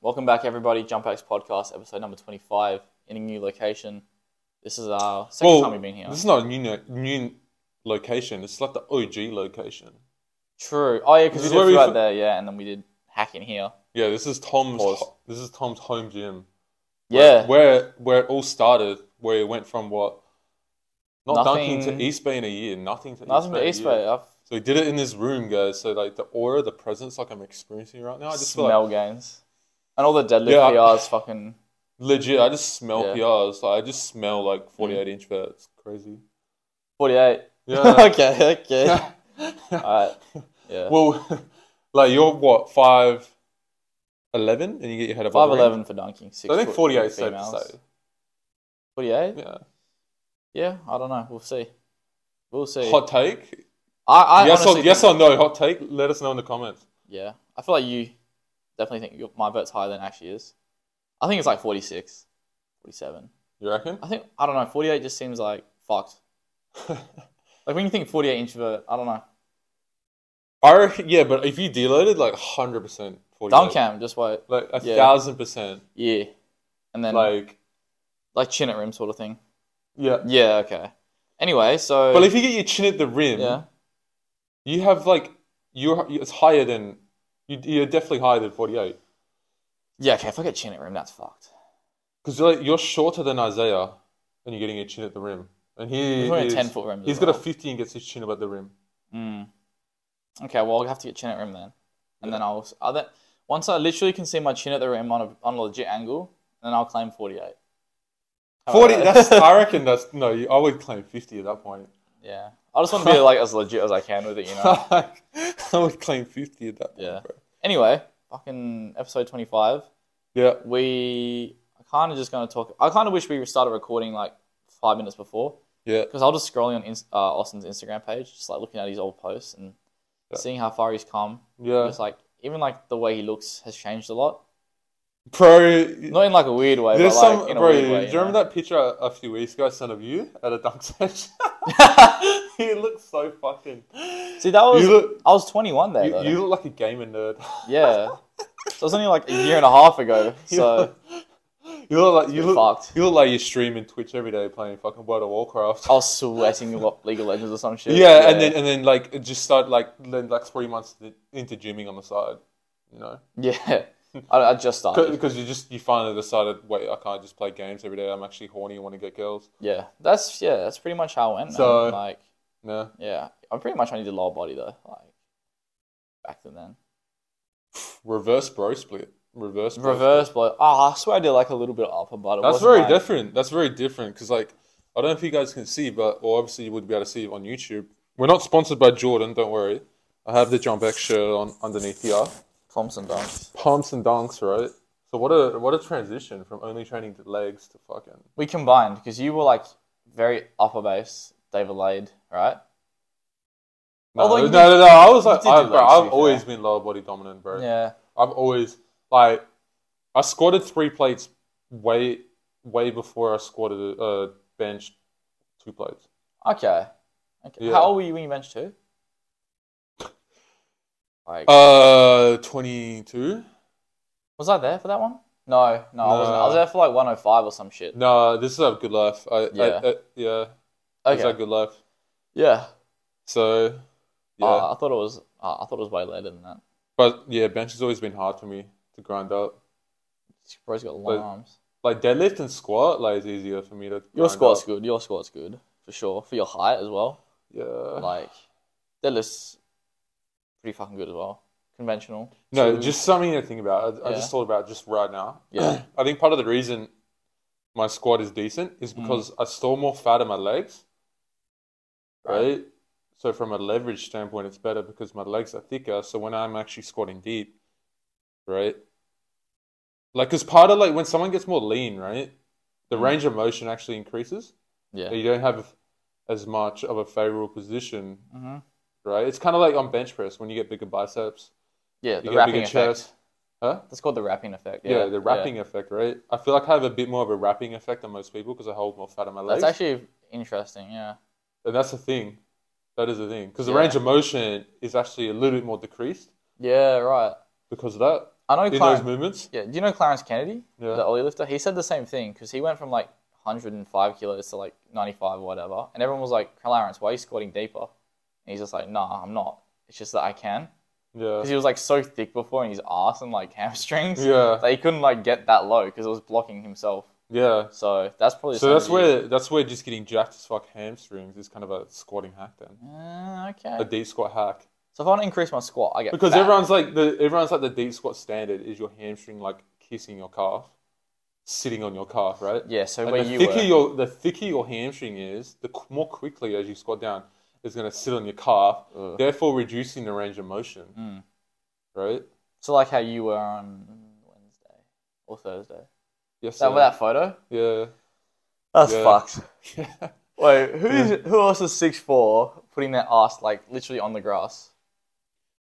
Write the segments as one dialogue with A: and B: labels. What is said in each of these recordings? A: Welcome back, everybody. Jump X Podcast, episode number 25, in a new location. This is our second
B: Well,
A: time we've been here.
B: This is not a new no- new location. It's like the OG location.
A: True. Oh, yeah, because
B: This
A: we
B: is
A: did
B: where we
A: right
B: fi-
A: there, yeah, and then we did hack in here.
B: Yeah, this is Tom's.
A: Pause.
B: ho- This is Tom's home gym.
A: Yeah.
B: where where it all started, where it went from what not dunking
A: Nothing-
B: to East Bay in a year, nothing to
A: Nothing
B: in
A: to
B: a
A: East
B: year.
A: Bay. I've
B: So we did it in this room, guys. So like the aura, the presence, like I'm experiencing right now, I just feel
A: smell
B: like
A: gains. And all the deadlift
B: Yeah.
A: PRs fucking.
B: legit. I just smell
A: Yeah. Mm.
B: PRs. Like I just smell like 48 inch vets. Crazy.
A: 48.
B: Yeah.
A: okay, okay. Alright. Yeah.
B: well, like you're what five eleven, and you get your head above.
A: Five
B: the rim?
A: eleven for dunking. Six
B: So I think
A: foot for
B: 48 is safe to
A: females.
B: say.
A: 48? Yeah.
B: Yeah.
A: I don't know. We'll see. We'll see.
B: Hot take?
A: I, I
B: yes or
A: honestly
B: yes
A: think-
B: or no? Hot take? Let us know in the comments.
A: Yeah. I feel like you definitely think your, my vote's higher than it actually is. I think it's like 46, 47.
B: You reckon?
A: I think, I don't know, 48 just seems like fucked. Like when you think 48 introvert, I don't know.
B: I reckon, yeah, but if you deloaded, like 100%. 48.
A: Dunk cam, just wait.
B: Like a
A: Yeah.
B: thousand percent.
A: Yeah. And then like,
B: Like,
A: chin at rim sort of thing.
B: yeah.
A: Yeah, okay. Anyway, so.
B: But if you get your chin at the rim,
A: yeah.
B: you have like, you're, it's higher than, you, you're definitely higher than 48.
A: Yeah, okay, if I get chin at rim, that's fucked.
B: Because like, you're shorter than Isaiah and you're getting your chin at the rim. And he
A: He's wearing
B: is,
A: a 10 foot rim. as
B: he's
A: well.
B: got a 50 and gets his chin about the rim.
A: Mm. Okay, well, I'll have to get chin at rim then. And then I'll. I then, once I literally can see my chin at the rim on a, on a legit angle, then I'll claim 48. How about
B: 40,
A: that?
B: that's, I reckon that's, no, you, I would claim 50 at that point.
A: yeah. I just want to be like as legit as I can with it, you know?
B: I would claim 50 at that point,
A: Yeah.
B: bro.
A: anyway, fucking episode 25.
B: Yeah.
A: We are kind of just going to talk. I kind of wish we started recording like five minutes before
B: Yeah.
A: because I was just scrolling on Inst- uh, Austin's Instagram page, just like looking at his old posts and
B: Yeah.
A: seeing how far he's come.
B: Yeah.
A: It's like, even like the way he looks has changed a lot.
B: Bro,
A: Not in like a weird way,
B: there's
A: but like
B: some.
A: in a
B: Bro,
A: weird
B: do
A: way.
B: you remember that picture a a few weeks ago I sent of you at a dunk session?
A: that?
B: he looks so fucking.
A: See, that was
B: You look-
A: I was 21 there.
B: You,
A: though.
B: you look like a gamer nerd.
A: Yeah, so it was only like a year and a half ago.
B: You
A: So
B: look- you look like you
A: bit
B: look,
A: fucked. Oh,
B: you look like you're streaming Twitch every day playing fucking World of Warcraft.
A: I was sweating a lot League of Legends or some shit.
B: yeah, and then and then like it just start like then like three months into gymming on the side, you know,
A: yeah, I, I just started.
B: because you just you finally decided wait I can't just play games every day. I'm actually horny. I want to get girls.
A: Yeah, that's yeah, that's pretty much how it went. man.
B: So-
A: like,
B: No,
A: yeah, I pretty much only did lower body though. Like back then, then
B: reverse bro split. Reverse. Bro split.
A: reverse blow. Ah, I swear I did like a little bit of upper, but it
B: That's
A: wasn't
B: very
A: like,
B: different. That's very different because, like, I don't know if you guys can see, but well, obviously you would be able to see it on YouTube. We're not sponsored by Jordan, don't worry. I have the Jump X shirt on underneath here.
A: Thompson dunks.
B: Pumps and dunks, right? So what a what a transition from only training the legs to fucking
A: We combined because you were like very upper base, David Lade, right?
B: no,
A: Although you
B: no, no, no, I was like,
A: did do
B: I, bro,
A: legs, to
B: I've
A: be
B: always been lower body dominant, bro.
A: Yeah.
B: I've always like I squatted three plates way way before I squatted uh bench two plates.
A: Okay. Okay.
B: Yeah.
A: How old were you when you bench two? Like,
B: Uh, twenty two.
A: was I there for that one? No, no, I wasn't. I was
B: No.
A: there for like 105 or some shit.
B: No, this is a good life. I, yeah,
A: Yeah.
B: I, I, yeah, this
A: Okay.
B: is a good life.
A: yeah.
B: So, yeah,
A: Uh, I thought it was. Uh, I thought it was way later than that.
B: but yeah, bench has always been hard for me to grind up.
A: Bro's got long
B: But-
A: arms.
B: Like deadlift and squat, like is easier for me to.
A: Your
B: grind
A: squat's
B: up.
A: good. Your squat's good for sure. For your height as well.
B: yeah.
A: Like, deadlift's pretty fucking good as well. Conventional.
B: no,
A: True.
B: just something to think about. I, I
A: Yeah.
B: just thought about just right now.
A: Yeah.
B: I think part of the reason my squat is decent is
A: Mm.
B: because I store more fat in my legs,
A: Right.
B: right? So from a leverage standpoint, it's better because my legs are thicker. So when I'm actually squatting deep, right? Like, because part of like when someone gets more lean, right? The
A: Mm.
B: range of motion actually increases.
A: Yeah.
B: You don't have as much of a favorable position,
A: hmm
B: right? It's kind of like on bench press when you get bigger biceps,
A: Yeah. The
B: you get
A: wrapping
B: bigger
A: effect.
B: chest. Huh?
A: That's called the wrapping effect.
B: Yeah,
A: Yeah.
B: the wrapping effect, right? I feel like I have a bit more of a wrapping effect than most people because I hold more fat on my legs.
A: That's actually interesting. Yeah.
B: and that's the thing. That is the thing. Because the
A: Yeah.
B: range of motion is actually a little bit more decreased
A: Yeah. Right.
B: because of that.
A: I know
B: in
A: Clarence.
B: those movements.
A: Yeah, do you know Clarence Kennedy,
B: Yeah.
A: the ollie lifter? He said the same thing because he went from like 105 kilos to like 95 or whatever, and everyone was like, "Clarence, why are you squatting deeper?" And he's just like, "Nah, I'm not. It's just that I can."
B: Yeah.
A: Because he was like so thick before in his ass and like hamstrings
B: Yeah.
A: that he couldn't like get that low because it was blocking himself.
B: Yeah.
A: So that's probably.
B: So that's where that's where just getting jacked as fuck hamstrings is kind of a squatting hack then.
A: Uh,
B: A
A: okay.
B: deep squat hack.
A: So if I want to increase my squat, I get
B: Because
A: fat.
B: everyone's like the everyone's like the deep squat standard is your hamstring like kissing your calf, sitting on your calf, right?
A: Yeah. So
B: Like,
A: where
B: the
A: you
B: thicker
A: were.
B: your the thicker your hamstring is, the qu- more quickly as you squat down is going to sit on your calf,
A: Ugh.
B: therefore reducing the range of motion,
A: Mm.
B: right?
A: So like how you were on Wednesday or Thursday.
B: Yes.
A: That that photo.
B: yeah.
A: That's
B: Yeah.
A: fucked.
B: yeah.
A: Wait, who is who else is six four putting their ass like literally on the grass?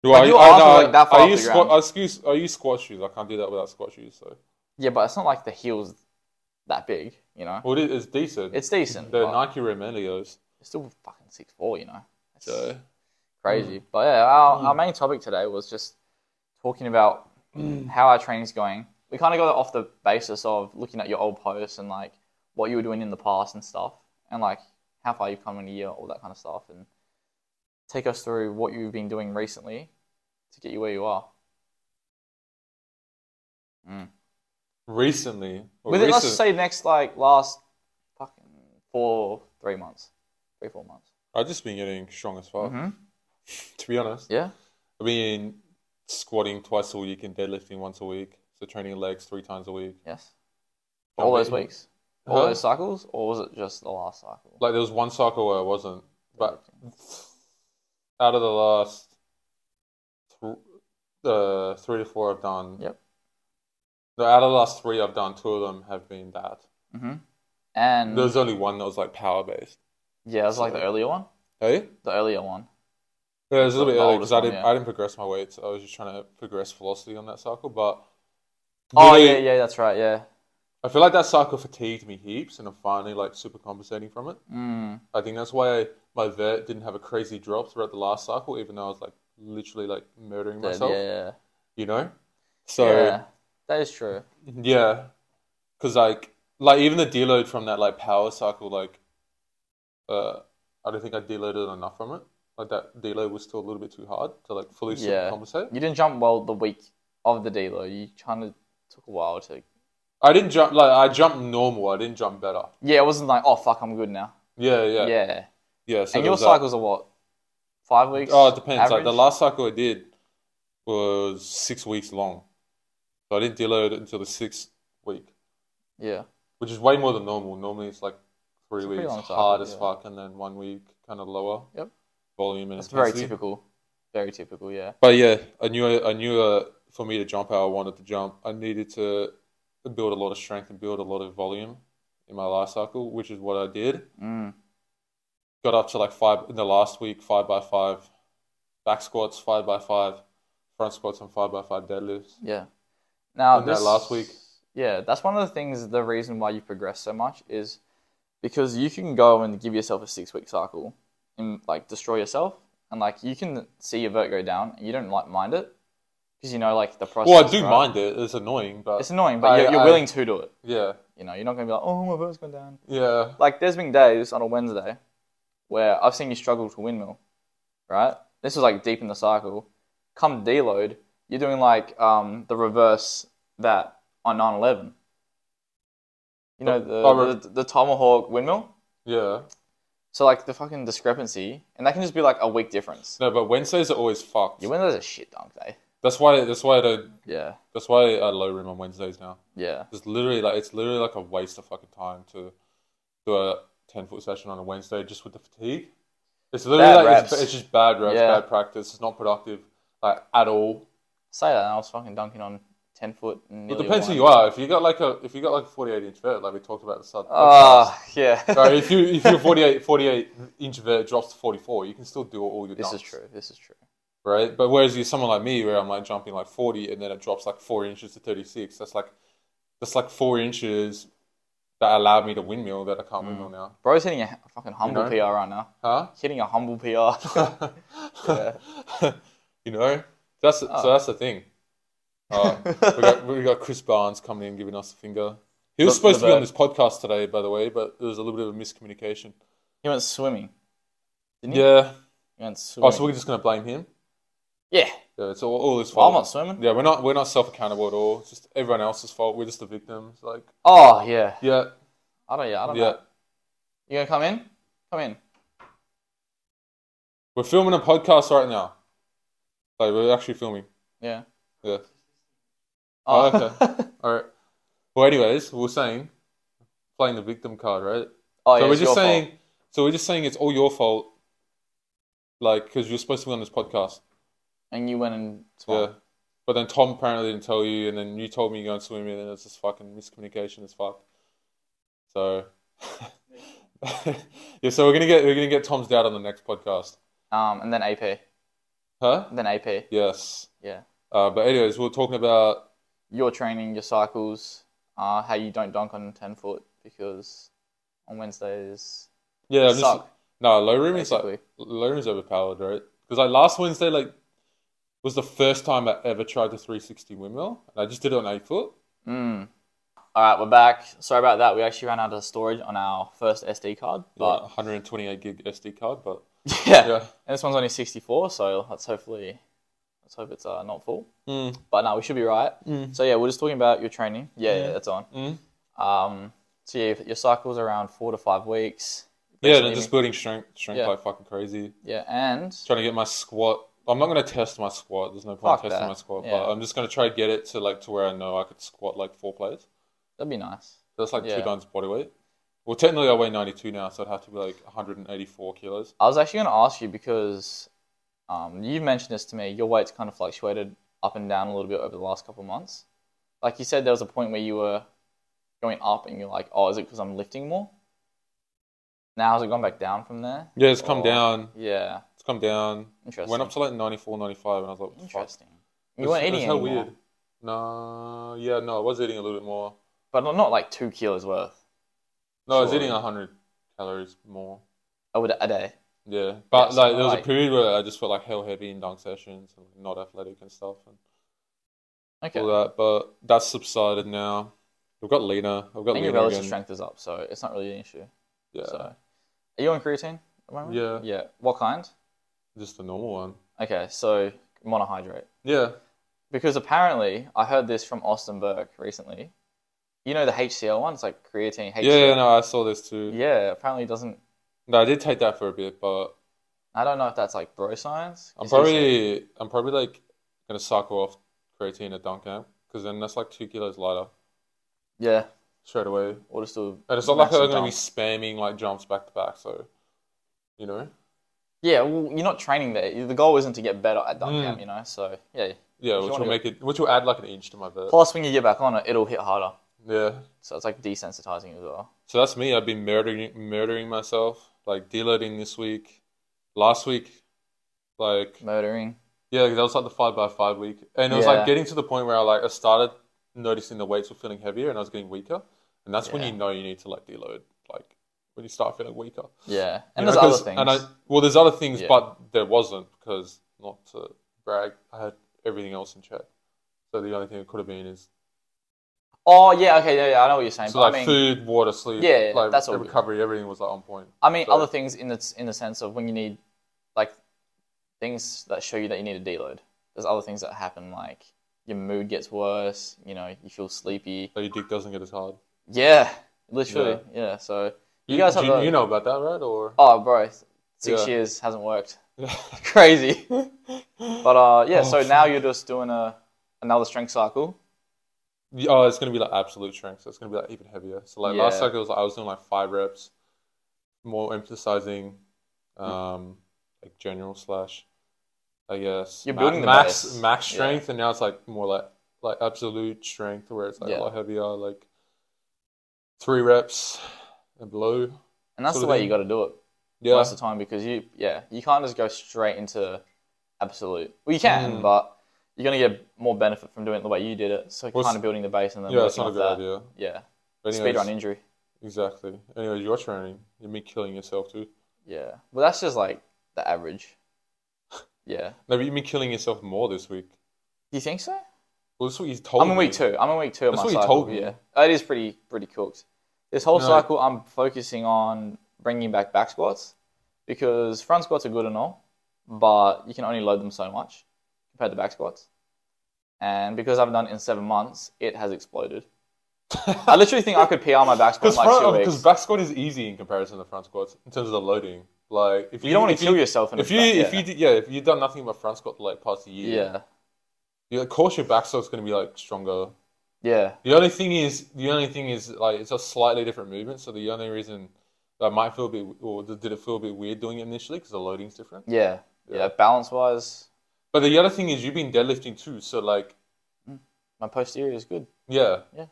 B: Well,
A: you
B: I-
A: are
B: I-
A: also,
B: no,
A: like, that far
B: I
A: off
B: use
A: the
B: squat.
A: ground.
B: I use, I use squat shoes. I can't do that without squat shoes. So,
A: Yeah, but it's not like the heels that big, you know.
B: well, it is decent.
A: It's decent.
B: the
A: but
B: Nike Remelios.
A: it's still fucking six four, you know. It's
B: So,
A: crazy. But yeah, our,
B: Hmm.
A: our main topic today was just talking about
B: Hmm.
A: how our training's going. We kind of got off the basis of looking at your old posts and like what you were doing in the past and stuff, and like how far you've come in a year, all that kind of stuff, and take us through what you've been doing recently to get you where you are.
B: recently, or
A: Within, let's
B: recent-
A: say next like last fucking four, three months, three four months.
B: I've just been getting strong as fuck.
A: Mhm.
B: To be honest,
A: Yeah,
B: I've been squatting twice a week and deadlifting once a week. So training legs three times a week.
A: yes. All those
B: Jumping.
A: weeks, all
B: Huh?
A: those cycles, or was it just the last cycle?
B: Like there was one cycle where I wasn't, but out of the last th- uh, three to four I've done.
A: Yep.
B: No, out of the last three I've done, two of them have been that. Mm-hmm.
A: hmm And
B: There's only one that was like power based.
A: yeah, it was like the earlier one,
B: Hey?
A: the earlier one.
B: Yeah, it was a little
A: The
B: bit early
A: oldest
B: because I
A: one,
B: didn't
A: yeah.
B: I didn't progress my weights. I was just trying to progress velocity on that cycle, but
A: Oh yeah,
B: literally,
A: yeah, that's right. Yeah.
B: I feel like that cycle fatigued me heaps, and I'm finally like super compensating from it.
A: Mm.
B: I think that's why I, my vert didn't have a crazy drop throughout the last cycle, even though I was like literally like murdering
A: Dead,
B: myself,
A: yeah, yeah.
B: you know. So
A: yeah, that is true.
B: Yeah, because like like even the deload from that like power cycle like uh I don't think I deloaded enough from it. Like that deload was still a little bit too hard to like fully
A: Yeah.
B: compensate.
A: You didn't jump well the week of the D though. You kind of took a while to.
B: I didn't jump like I jumped normal. I didn't jump better.
A: Yeah, it wasn't like oh fuck, I'm good now.
B: Yeah,
A: Yeah.
B: yeah, yeah.
A: and
B: So there
A: your
B: was that.
A: cycles are what? Five weeks.
B: Oh, it depends. Like the
A: average?
B: last cycle I did was six weeks long, so I didn't deload until the sixth week.
A: Yeah.
B: which is way more than normal. Normally it's like three
A: It's a pretty
B: weeks
A: long cycle,
B: hard as
A: yeah.
B: fuck, and then one week kind of lower
A: Yep.
B: volume and
A: That's very
B: intensity.
A: typical. Very typical. Yeah.
B: But yeah, I knew I knew uh, for me to jump how I wanted to jump, I needed to build a lot of strength and build a lot of volume in my last cycle, which is what I did.
A: Mm.
B: Got up to like five in the last week, five by five, back squats, five by five, front squats, and five by five deadlifts.
A: Yeah. Now
B: Did that
A: this,
B: last week.
A: Yeah, that's one of the things. The reason why you progress so much is because you can go and give yourself a six week cycle and like destroy yourself, and like you can see your vert go down, and you don't like mind it because you know like the process.
B: Well, I do
A: right?
B: mind it. It's annoying, but
A: It's annoying, but
B: I-
A: you're, you're
B: I-
A: willing to do it.
B: yeah,
A: You know, you're not gonna be like, oh, my vert's gone down.
B: yeah,
A: Like there's been days on a Wednesday where I've seen you struggle to windmill, right? This is like deep in the cycle. Come deload, you're doing like um, the reverse that on 911. You know,
B: Oh,
A: the, the, the tomahawk windmill?
B: yeah.
A: So, like, the fucking discrepancy, and that can just be like a week difference.
B: No, but Wednesdays are always fucked.
A: Your Wednesday's a shit dunk eh? day.
B: That's why. That's why I don't.
A: Yeah,
B: That's why I low room on Wednesdays now.
A: yeah.
B: It's literally like it's literally like a waste of fucking time to do a ten foot session on a Wednesday just with the fatigue. It's literally
A: Bad
B: like it's,
A: reps.
B: it's just bad reps,
A: Yeah.
B: bad practice. It's not productive like at all.
A: Say that, and I was fucking dunking on 10 foot. And
B: It depends who you are. If you got like a if you got like a forty eight inch vert, like we talked about at the start. of the podcast,
A: Oh, yeah.
B: Sorry, if you if your 48, 48 inch vert drops to forty four, you can still do all your
A: this is
B: dunks,
A: true. This is true.
B: right? But whereas you're someone like me, where I'm like jumping like forty and then it drops like four inches to thirty six. That's like that's like four inches that allowed me to windmill that I
A: Mm.
B: can't windmill now,
A: Bro's hitting a fucking humble
B: know?
A: PR right now.
B: huh?
A: Hitting a humble PR. Yeah. Ah.
B: you know, that's so that's the thing. Uh, we, got, we got Chris Barnes coming in giving us a finger. He was
A: The- the
B: supposed to be on
A: bird.
B: this podcast today, by the way, but there was a little bit of a miscommunication.
A: He went swimming. Didn't he?
B: Yeah.
A: He went swimming.
B: Oh, so we're just gonna blame him?
A: yeah.
B: Yeah, it's all, all his
A: Well,
B: fault.
A: I'm not swimming.
B: Yeah, we're not we're not self accountable at all. It's just everyone else's fault. We're just the victims. Like,
A: Oh yeah.
B: yeah,
A: I don't. Yeah. I don't
B: yeah.
A: know. You gonna come in? Come in.
B: We're filming a podcast right now. Like, we're actually filming.
A: Yeah.
B: Yeah.
A: Oh,
B: Oh, All right. Well, anyways, we we're saying playing the victim card, right?
A: oh yeah.
B: so we're
A: it's
B: just
A: your fault.
B: saying. So we're just saying it's all your fault. Like, because you're supposed to be on this podcast.
A: And you went and
B: Yeah.
A: swam.
B: But then Tom apparently didn't tell you, and then you told me you go and swim, and then it's just fucking miscommunication as fuck. So yeah, so we're gonna get we're gonna get Tom's dad on the next podcast,
A: Um, and then AP.
B: huh?
A: Then AP.
B: Yes.
A: Yeah.
B: Uh, but anyways, we we're talking about
A: Your training, your cycles, uh, how you don't dunk on ten foot because on Wednesdays
B: yeah. I'm just,
A: suck
B: no, low room is like
A: basically.
B: low room is overpowered, right? Because like last Wednesday, like was the first time I ever tried the 360 windmill, and I just did it on eight foot.
A: Mm. All right, we're back. Sorry about that. We actually ran out of storage on our first SD card,
B: But
A: but
B: 128 gig SD card, but
A: yeah.
B: yeah.
A: And this one's only 64, so let's hopefully let's hope it's uh, not full.
B: Mm.
A: But no, we should be right. So yeah, we're just talking about your training. Yeah, yeah, that's on.
B: Mm.
A: Um, so yeah, your cycle's around four to five weeks.
B: Yeah, and
A: Basically-
B: just building strength, strength
A: Yeah.
B: like fucking crazy.
A: Yeah, and
B: trying to get my squat. I'm not going to test my squat. There's no point
A: Fuck
B: testing
A: that.
B: my squat,
A: Yeah.
B: but I'm just going to try to get it to like to where I know I could squat like four plates.
A: that'd be nice.
B: That's like
A: Yeah.
B: two times body weight. Well, technically I weigh 92 now, so it'd have to be like 184 kilos.
A: I was actually going to ask you because um, you've mentioned this to me. Your weight's kind of fluctuated up and down a little bit over the last couple of months. Like you said, there was a point where you were going up, and you're like, "Oh, is it because I'm lifting more?" Now has it gone back down from there?
B: Yeah, it's come
A: Oh.
B: down.
A: Yeah,
B: It's come down.
A: interesting.
B: Went up to like 94, 95, and I was like, what the fuck?
A: interesting. You weren't eating
B: how
A: anymore,
B: weird. No, yeah, no, I was eating a little bit more.
A: but not- not like two kilos worth
B: No, I was
A: Surely.
B: eating 100 calories more.
A: over the- a day.
B: Yeah, but
A: so,
B: like there was a
A: like-
B: period where I just felt like hell heavy in dunk sessions and not athletic and stuff. And
A: Okay,
B: all that, but that's subsided now. We've got Lena. I've got
A: and
B: Lena
A: your relative
B: again.
A: strength is up, so it's not really an issue.
B: Yeah,
A: So, are you on creatine? at the moment?
B: Yeah.
A: Yeah. What kind?
B: just the normal one.
A: Okay, so monohydrate.
B: Yeah,
A: Because apparently, I heard this from Austin Burke recently. You know the HCl one? It's like creatine, HCl.
B: yeah, yeah. No, I saw this too.
A: Yeah, apparently it doesn't.
B: No, I did take that for a bit, but
A: I don't know if that's like bro science.
B: I'm
A: 'cause he said-
B: probably, I'm probably like gonna cycle off creatine at dunk camp because then that's like two kilos lighter
A: Yeah,
B: straight away.
A: or just do.
B: And it's not like I'm
A: massive
B: gonna be
A: dump.
B: spamming like jumps back to back. So, you know,
A: Yeah, well, you're not training there. The goal isn't to get better at dunk
B: Mm.
A: camp, you know? So, yeah.
B: yeah,
A: If you
B: which
A: wanna
B: will
A: go-
B: make it, which will add like an inch to my vert.
A: Plus, when you get back on it, it'll hit harder.
B: Yeah.
A: So it's like desensitizing as well.
B: So that's me. I've been murdering murdering myself, like deloading this week. Last week, like
A: Murdering.
B: yeah, that was like the five by five week. And it was like
A: Yeah.
B: getting to the point where I like I started noticing the weights were feeling heavier and I was getting weaker. And that's when
A: Yeah.
B: you know you need to like deload, like when you start feeling weaker.
A: Yeah.
B: You
A: And
B: know,
A: there's other
B: 'cause-
A: things.
B: And I well there's other things,
A: Yeah.
B: but there wasn't because not to brag, I had everything else in check. So the only thing it could have been is
A: Oh, yeah, okay, yeah, yeah, I know what you're saying. but
B: so like
A: I mean,
B: food, water, sleep,
A: Yeah, yeah,
B: like
A: that's all
B: the
A: good.
B: recovery, everything was like on point.
A: I mean,
B: So-
A: other things in the in the sense of when you need like things that show you that you need a deload. There's other things that happen, like your mood gets worse. You know, you feel sleepy.
B: So your dick doesn't get as hard.
A: Yeah, literally. Yeah. So you, guys have
B: do you,
A: those.
B: you know about that, right? Or
A: oh, bro, six
B: Yeah.
A: years hasn't worked.
B: yeah,
A: Crazy. But uh, yeah.
B: Oh,
A: so now you're just doing a another strength cycle.
B: oh, it's gonna be like absolute strength. So it's gonna be like even heavier. So like last
A: Yeah.
B: cycle, was, I was doing like five reps, more emphasizing,
A: Hmm.
B: um, like general slash, I guess.
A: You're building the
B: max
A: base.
B: max
A: Yeah.
B: strength, and now it's like more like like absolute strength, where it's like
A: Yeah.
B: a lot heavier, like three reps and below.
A: And that's
B: Sort
A: the
B: of
A: way
B: thing.
A: you got to do it
B: Yeah,
A: most of the time because you, yeah, you can't just go straight into absolute. Well, you can,
B: Mm.
A: but you're gonna get more benefit from doing it the way you did it. So
B: Well,
A: kind of building the base and then
B: yeah, that's
A: working
B: not a
A: off
B: good
A: that.
B: idea.
A: Yeah,
B: But
A: speed
B: anyways,
A: run injury.
B: exactly. Anyways, you're training. You're me killing yourself too.
A: Yeah, well, that's just like the average. Yeah,
B: No, but you've been killing yourself more this week.
A: do you think so?
B: Well, that's what you told
A: I'm in
B: me.
A: week two. I'm in week two of
B: That's
A: my
B: what you
A: cycle.
B: told me.
A: Yeah, Oh, it is pretty pretty cooked. This whole
B: No.
A: cycle, I'm focusing on bringing back back squats because front squats are good and all, but you can only load them so much compared to back squats. And because I've done it in seven months, it has exploded. I literally think I could PR my back squat in
B: Because
A: like two weeks.
B: back squat is easy in comparison to front squats in terms of the loading. Like if you,
A: you don't want
B: if
A: to kill yourself in
B: If
A: a
B: you
A: back,
B: if
A: yeah.
B: you did, yeah if you've done nothing but front squat like past a year,
A: yeah
B: you- of course your back squat's gonna be like stronger.
A: yeah
B: The only thing is the only thing is like it's a slightly different movement, so the only reason that might feel a bit or did it feel a bit weird doing it initially because the loading's different.
A: yeah yeah,
B: Yeah.
A: balance wise,
B: But the other thing is you've been deadlifting too, so like
A: my posterior is good.
B: yeah
A: Yeah.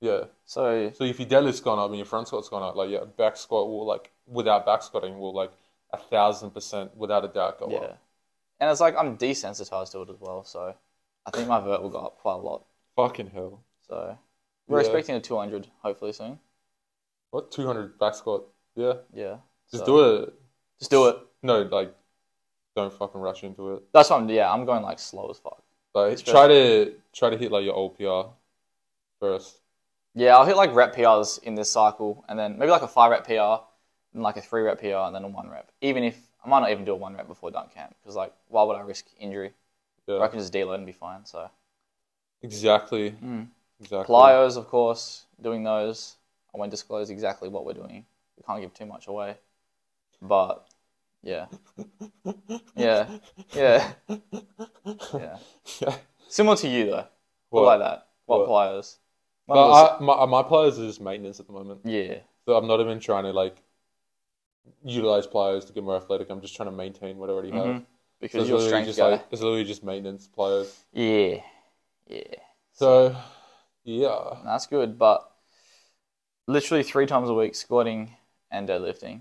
B: yeah.
A: So
B: So if your deadlift's gone up and your front squat's gone up, like your back squat will like without back squatting will like a thousand percent without a doubt go
A: yeah,
B: up.
A: and it's like I'm desensitized to it as well. So I think my vert will go up quite a lot.
B: Fucking hell.
A: So we're
B: Yeah.
A: expecting a 200 hopefully soon.
B: What two hundred back squat? Yeah.
A: Yeah.
B: Just
A: So-
B: do it.
A: Just do it.
B: No, like don't fucking rush into it.
A: That's what I'm. Yeah, I'm going like slow as fuck.
B: Like
A: It's
B: try to try to hit like your old PR first.
A: Yeah, I'll hit like rep PRs in this cycle, and then maybe like a five rep PR, and like a three rep PR, and then a one rep. Even if I might not even do a one rep before dunk camp, because like why would I risk injury?
B: Yeah.
A: Or I can just deload and be fine. So
B: Exactly.
A: Mm.
B: Exactly.
A: plyos, of course, doing those. I won't disclose exactly what we're doing. We can't give too much away. But yeah, yeah, yeah, yeah.
B: yeah.
A: Similar to you though,
B: What?
A: like that. What,
B: What?
A: pliers? Mine
B: But
A: was-
B: I, my my pliers is maintenance at the moment.
A: Yeah,
B: So I'm not even trying to like utilize pliers to get more athletic. I'm just trying to maintain what I already have.
A: Mhm.
B: So
A: because
B: it's
A: you're a
B: literally
A: strength
B: just
A: guy.
B: like it's literally just maintenance pliers.
A: yeah, yeah,
B: So yeah,
A: that's good. But literally three times a week, squatting and deadlifting.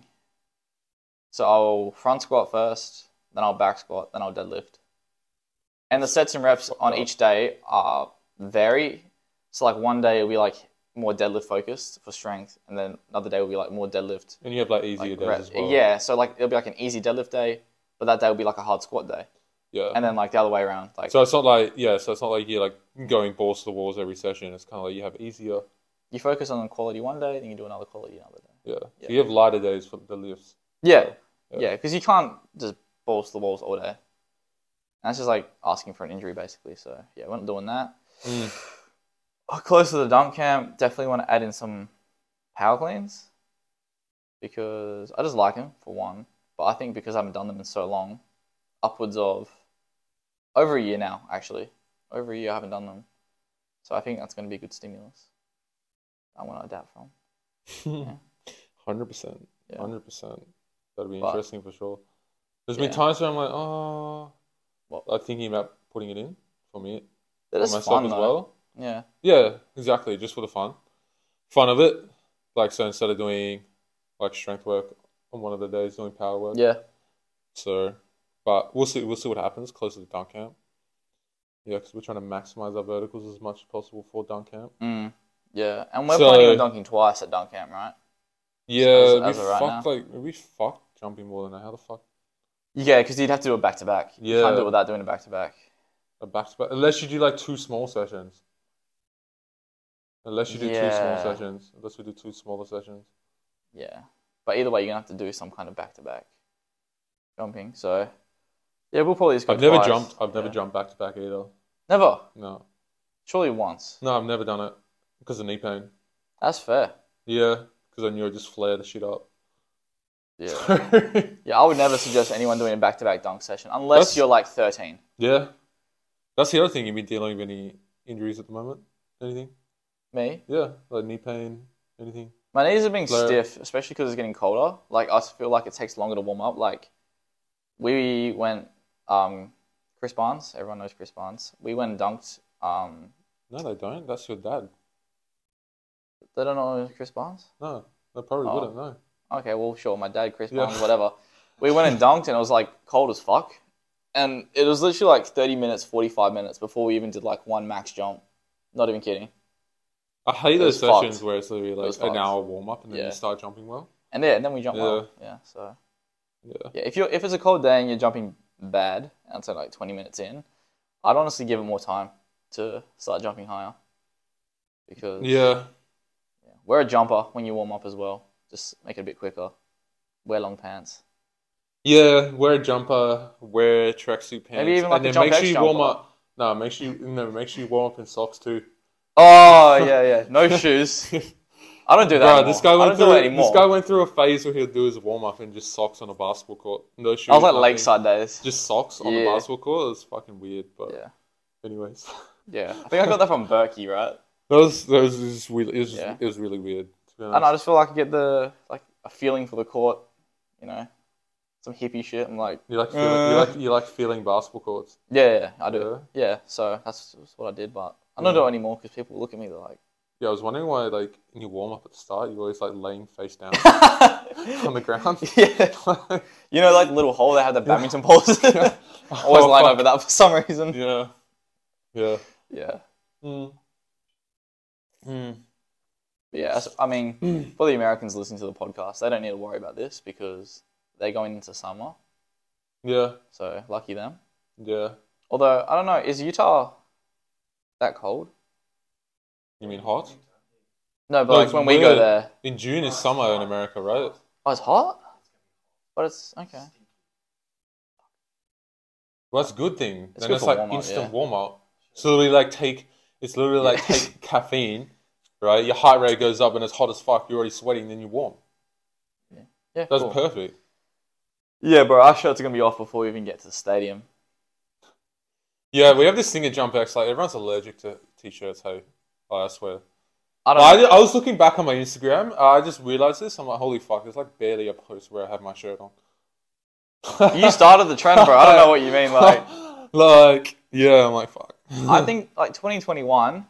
A: So I'll front squat first, then I'll back squat, then I'll deadlift. And the sets and reps on each day are vary. So like one day will be like more deadlift focused for strength, and then another day will be like more deadlift
B: and you have like easier
A: like,
B: days
A: rep-
B: as well.
A: Yeah, so like it'll be like an easy deadlift day, but that day will be like a hard squat day,
B: yeah.
A: and then like the other way around. Like
B: so it's not like yeah, so it's not like you're like going balls to the walls every session. It's kind of like you have easier.
A: you focus on quality one day, then you do another quality another day.
B: Yeah.
A: Yeah.
B: So you have lighter days for the lifts.
A: Yeah,
B: Yeah.
A: yeah, because you can't just balls to the walls all day. And that's just like asking for an injury, basically. So yeah, we're not doing that. Oh, Close to the dump camp, definitely want to add in some power cleans because I just like them for one. But I think because I haven't done them in so long, upwards of over a year now, actually, over a year I haven't done them. So I think that's going to be a good stimulus. I want to adapt from.
B: Hundred percent.
A: Mm. Yeah.
B: Hundred percent. That'd be
A: But-
B: interesting for sure. There's
A: Yeah.
B: been times where I'm like, oh,
A: What?
B: I'm thinking about putting it in for me,
A: That
B: for
A: is
B: myself
A: fun
B: as
A: though.
B: well.
A: Yeah,
B: Yeah, exactly. Just for the fun, fun of it. Like so, instead of doing like strength work on one of the days, doing power work.
A: yeah.
B: So, but we'll see. We'll see what happens closer to dunk camp. Yeah, because we're trying to maximize our verticals as much as possible for dunk camp.
A: Mm, yeah, and we're
B: So-
A: planning on dunking twice at dunk camp, right?
B: Yeah,
A: as
B: we
A: of right
B: fucked like we fucked jumping more than that. How the fuck
A: Yeah, because you'd have to do it back to back. You
B: Yeah.
A: can't do it without doing it back to back.
B: a back to back? Unless you do like two small sessions. Unless you do two small
A: Yeah.
B: sessions. Unless we do two smaller sessions.
A: Yeah, but either way, you're gonna have to do some kind of back to back jumping. So yeah, we'll probably just go.
B: I've never
A: twice.
B: jumped. I've never
A: Yeah.
B: jumped back to back either.
A: Never.
B: No,
A: Surely once.
B: no, I've never done it because of knee pain.
A: That's fair.
B: Yeah, because I knew I'd just flare the shit up.
A: Yeah. yeah, I would never suggest anyone doing a back to back dunk session unless
B: That's-
A: you're like 13.
B: yeah. That's the other thing. You've been dealing with any injuries at the moment? Anything?
A: Me,
B: Yeah, like knee pain, anything?
A: my knees are being
B: Like-
A: stiff, especially because it's getting colder. Like I feel like it takes longer to warm up. Like we went, um, Chris Barnes. Everyone knows Chris Barnes. We went and dunked. Um,
B: No, they don't. That's your dad.
A: they don't know Chris Barnes.
B: No, they probably
A: Oh.
B: wouldn't. No.
A: okay, well, sure, my dad, Chris
B: Yeah.
A: Barnes, whatever. We went and dunked, and it was like cold as fuck. And it was literally like 30 minutes, 45 minutes before we even did like one max jump. Not even kidding.
B: I hate
A: was
B: those sessions
A: fucked.
B: where it's literally like
A: was
B: an
A: fucked.
B: hour warm up and then
A: Yeah.
B: you start jumping well.
A: And yeah, and then we jumped well. Yeah, so.
B: Yeah.
A: Yeah, if, you're, if it's a cold day and you're jumping bad, and it's like 20 minutes in, I'd honestly give it more time to start jumping higher because
B: Yeah.
A: yeah, wear a jumper when you warm up as well. Just make it a bit quicker. Wear long pants.
B: Yeah, wear a jumper, wear tracksuit pants,
A: even, like,
B: and
A: a
B: then
A: Jump
B: make sure
A: X
B: you warm
A: jumper.
B: up. No, make sure you no, make sure you warm up in socks too.
A: Oh yeah, yeah. No shoes. I don't do that.
B: Bro,
A: anymore.
B: this guy
A: I
B: went
A: don't do that
B: through
A: anymore.
B: this guy went through a phase where he'll do his warm up in just socks on a basketball court, no shoes.
A: I was like
B: nothing.
A: lakeside days.
B: just socks on a
A: Yeah.
B: basketball court. It's fucking weird, but
A: Yeah,
B: anyways,
A: yeah. I think I got that from Berkey, right?
B: that was that was just weird. It was, just-
A: Yeah.
B: it was really weird. To
A: I
B: be
A: don't know, I
B: honest.
A: just feel like I get the like a feeling for the court, you know, some hippie shit. I'm like,
B: You like feeling, you
A: Uh.
B: like you like feeling basketball courts.
A: yeah, yeah, I do. Yeah, so that's, that's what I did, but I don't do it anymore because people look at me. They're like,
B: Yeah, I was wondering why like in your warm up at the start you're always like laying face down on the ground.
A: yeah, you know, like the little hole they have the badminton balls. I always
B: Oh,
A: line
B: fuck.
A: over that for some reason.
B: Yeah. Yeah.
A: Yeah,
B: Mm. Mm.
A: But yeah. that's- I
B: Hmm.
A: mean, for the Americans listening to the podcast, they don't need to worry about this because they're going into summer.
B: Yeah.
A: So lucky them.
B: Yeah.
A: Although I don't know, is Utah that cold?
B: You mean hot?
A: No, but
B: No,
A: like
B: it's
A: when we go
B: weird.
A: there,
B: In June is summer in America, right?
A: oh, it's hot, but it's okay.
B: Well, that's a good thing.
A: It's
B: then
A: good
B: it's
A: for
B: like
A: warm-up,
B: instant
A: yeah.
B: warm up. It's literally like take. It's literally like take caffeine, right? Your heart rate goes up and it's hot as fuck. You're already sweating, then you're warm.
A: Yeah,
B: That's
A: cool.
B: perfect.
A: yeah, bro, our shirts are gonna be off before we even get to the stadium.
B: Yeah, we have this thing at Jump X. Like everyone's allergic to t-shirts. Hey, Oh, I swear.
A: I don't.
B: I,
A: know.
B: I was looking back on my Instagram. uh, I just realized this. I'm like, holy fuck! There's like barely a post where I have my shirt on.
A: You started the trend, bro. I don't know what you mean. Like,
B: like, yeah, I'm like, fuck.
A: I think like 2021,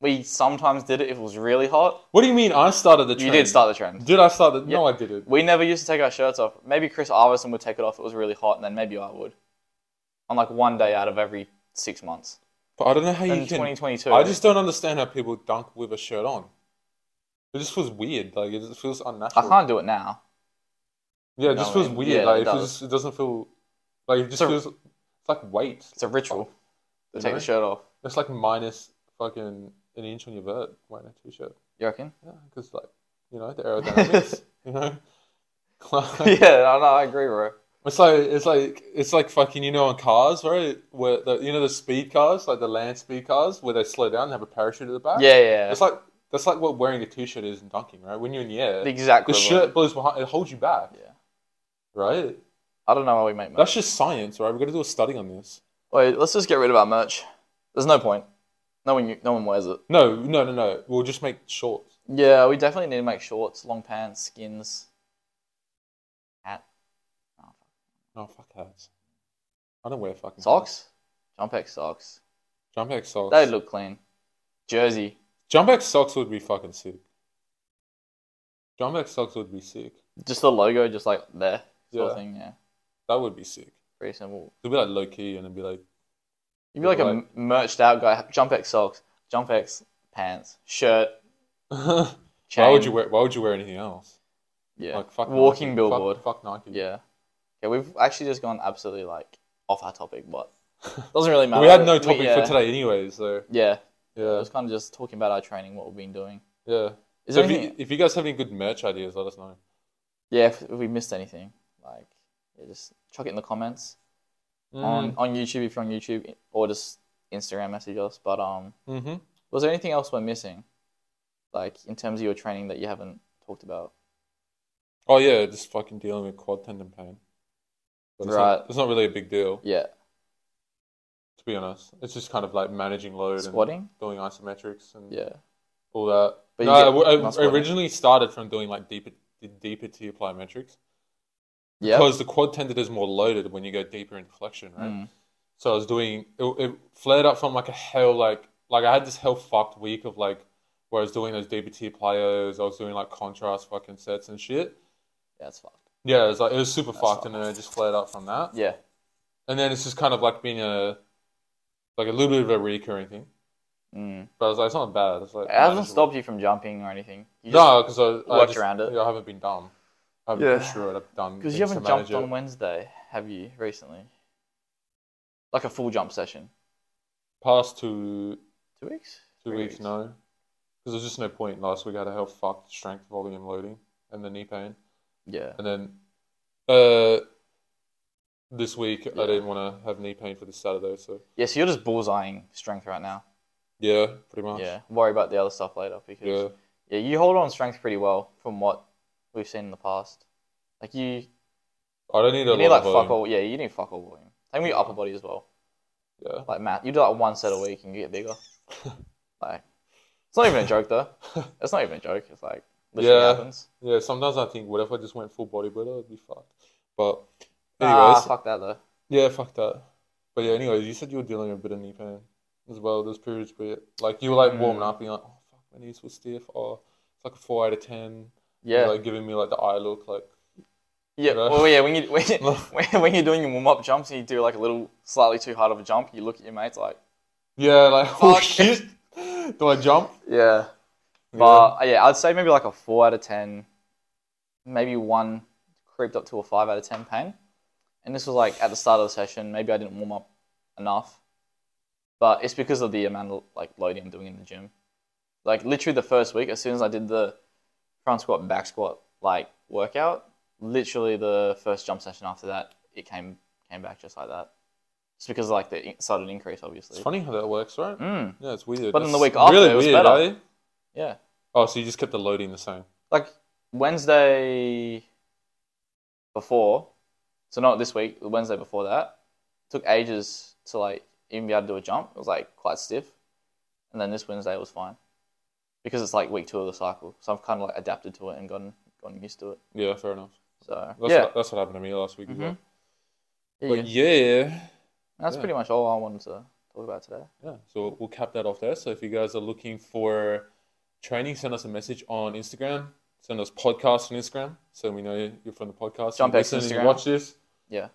A: we sometimes did it if it was really hot.
B: What do you mean I started the trend?
A: You did start the trend.
B: Did I start the? No, I didn't.
A: We never used to take our shirts off. Maybe Chris Iverson would take it off if it was really hot, and then maybe I would. On like one day out of every six months.
B: But I don't know how you
A: In
B: can.
A: 2022,
B: I just don't understand how people dunk with a shirt on. It just feels weird. Like it just feels
A: I
B: unnatural.
A: can't do it now.
B: Yeah, it just
A: No,
B: feels
A: it-
B: weird.
A: yeah,
B: like
A: it
B: it,
A: does.
B: just, it doesn't feel. Like it just
A: So-
B: feels. It's like weight.
A: It's a ritual. To
B: You
A: take
B: know?
A: the shirt off.
B: It's like minus fucking an inch on your vert wearing a t-shirt.
A: You reckon?
B: Yeah, because like you know the aerodynamics. you know.
A: yeah, I know. I agree, bro.
B: It's like it's like it's like fucking you know on cars right where the you know the speed cars like the land speed cars where they slow down and have a parachute at the back.
A: Yeah, yeah.
B: It's like that's like what wearing a t-shirt is in dunking, right? When you're in the air,
A: The exact
B: the
A: equivalent.
B: shirt blows behind, it holds you back.
A: Yeah.
B: Right?
A: I don't know why we make merch.
B: That's just science, right? We've got to do a study on this.
A: Wait, let's just get rid of our merch. There's no point. No one, no one wears it.
B: No, no, no, no. We'll just make shorts.
A: Yeah, we definitely need to make shorts, long pants, skins. Hat,
B: No, fuck hats. I don't wear fucking hats.
A: socks, jump X socks.
B: Jump X Mm-hmm. socks.
A: They look clean. Jersey.
B: Jump X socks would be fucking sick. Jump X socks would be sick.
A: Just the logo, just like there. Sort
B: Yeah.
A: of thing, yeah.
B: That would be sick.
A: Pretty simple.
B: It'd be like low key and it'd be like,
A: You'd be like a
B: Right.
A: m- merched out guy. Jump X socks, jump X pants, shirt,
B: why
A: chain.
B: would you wear? Why would you wear anything else?
A: Yeah.
B: Like fuck
A: Walking
B: Nike. Fuck-
A: billboard.
B: Fuck, Nike.
A: Yeah. Yeah, we've actually just gone absolutely like off our topic, but doesn't really matter.
B: We had no topic
A: yeah.
B: for today anyway, so
A: Yeah. I
B: yeah,
A: was kind of just talking about our training, what we've been doing.
B: yeah.
A: Is
B: So
A: there
B: if you,
A: anything?
B: if you guys have any good merch ideas, let us know.
A: Yeah, if, if we missed anything, like yeah, just chuck it in the comments
B: Mm.
A: on on YouTube if you're on YouTube, or just Instagram message us. But um,
B: Mm-hmm.
A: was there anything else we're missing, like in terms of your training that you haven't talked about?
B: Oh yeah, just fucking dealing with quad tendon pain. But it's
A: Right.
B: Not, it's not really a big deal,
A: Yeah,
B: to be honest. It's just kind of like managing load
A: squatting.
B: and doing isometrics and
A: Yeah,
B: all that.
A: But
B: no,
A: you
B: I
A: get-
B: w- I,
A: not squatting.
B: originally started from doing like deeper, deeper to plyometrics
A: yeah.
B: because the quad tendon is more loaded when you go deeper into flexion, right?
A: Mm.
B: So I was doing it, it flared up from like a hell like like I had this hell fucked week of like where I was doing those DBT plyos, I was doing like contrast fucking sets and shit.
A: Yeah, it's fucked.
B: Yeah, it was like it was super fucked
A: not
B: and then it just flared up from that.
A: Yeah,
B: And then it's just kind of like being a like a little bit of a recurring thing.
A: mm.
B: But I was like, it's not bad. It's like
A: it hasn't
B: manageable.
A: stopped you from jumping or anything. You
B: No, because I, I
A: worked
B: just-
A: around it.
B: yeah, I haven't been dumb. I haven't
A: Yeah.
B: pushed through it. I've done
A: because you
B: things
A: haven't
B: to manage
A: jumped on
B: it.
A: Wednesday, have you recently? Like a full jump session.
B: past two
A: Two weeks?
B: two
A: Three
B: weeks, no, because there's just no point. Last week I had a health fucked strength volume loading and the knee pain,
A: Yeah.
B: and then uh, this week
A: Yeah.
B: I didn't want to have knee pain for this Saturday, so
A: Yeah, so you're just bullseyeing strength right now.
B: yeah, pretty much.
A: Yeah. Worry about the other stuff later because
B: yeah.
A: Yeah, you hold on strength pretty well from what we've seen in the past. Like you,
B: I don't need a
A: you need
B: lot
A: like
B: of volume.
A: fuck all. Yeah, you need fuck all volume. Same with your upper body as well.
B: Yeah.
A: Like Matt, you do like one set a week and you get bigger. like it's not even a joke though. It's not even a joke. It's like literally
B: Yeah.
A: happens.
B: Yeah, sometimes I think, what if I just went full bodybuilder? I'd be fucked. But,
A: Ah,
B: anyways,
A: fuck that though.
B: yeah, fuck that. But yeah, anyways, you said you were dealing with a bit of knee pain as well. Those periods where, like, you were like
A: Mm.
B: warming up, being like, oh fuck, my knees were stiff. Oh, it's like a four out of ten.
A: Yeah.
B: like giving me like the eye look, like
A: yeah.
B: you know?
A: Well, yeah. When you when, when, when you're doing your warm up jumps and you do like a little slightly too hard of a jump, you look at your mates like
B: yeah, like oh
A: Fuck.
B: shit, do I jump?
A: yeah. But uh, yeah, I'd say maybe like a four out of ten, maybe one creeped up to a five out of ten pain. And this was like at the start of the session. Maybe I didn't warm up enough, but it's because of the amount of like loading I'm doing in the gym. Like literally the first week, as soon as I did the front squat and back squat like workout, literally the first jump session after that, it came came back just like that. Just because of, like the in- sudden increase,
B: It's
A: obviously.
B: funny how that works, right?
A: Mm,
B: Yeah, it's weird.
A: But then the
B: That's
A: week after,
B: really
A: it was
B: weird,
A: better.
B: eh?
A: yeah.
B: Oh, so you just kept the loading the same.
A: like Wednesday before, so not this week, the Wednesday before that, took ages to like even be able to do a jump. It was like quite stiff. And then this Wednesday was fine. Because it's like week two of the cycle. So I've kind of like adapted to it and gotten gotten used to it.
B: Yeah, fair enough.
A: So
B: That's
A: yeah. Mm-hmm.
B: what, that's what happened to me last week as well.
A: Yeah, yeah.
B: But yeah.
A: that's
B: yeah.
A: pretty much all I wanted to talk about today.
B: Yeah, so we'll cap that off there. So if you guys are looking for training, send us a message on Instagram. Send us podcasts on Instagram, so we know you're from the podcast.
A: Jump
B: You
A: X
B: listen and you
A: Instagram.
B: watch this.
A: Yeah.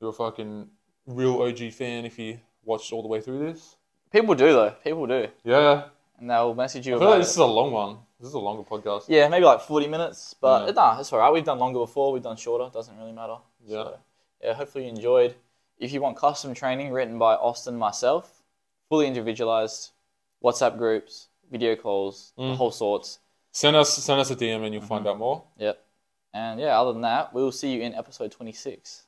B: You're a fucking real OG fan if you watched all the way through this.
A: People do though. People do.
B: Yeah,
A: And they'll message you
B: I feel
A: about
B: like
A: it.
B: this is a long one. This is a longer podcast.
A: Yeah, maybe like 40 minutes, but
B: Yeah.
A: nah, it's all right. We've done longer before, we've done shorter, doesn't really matter.
B: Yeah.
A: So, yeah, hopefully you enjoyed. If you want custom training written by Austin and myself, fully individualized, WhatsApp groups, video calls, the
B: Mm.
A: whole sorts.
B: Send
A: Mm-hmm.
B: us send us a DM and you'll find out more.
A: Yep. And yeah, other than that, we will see you in episode 26.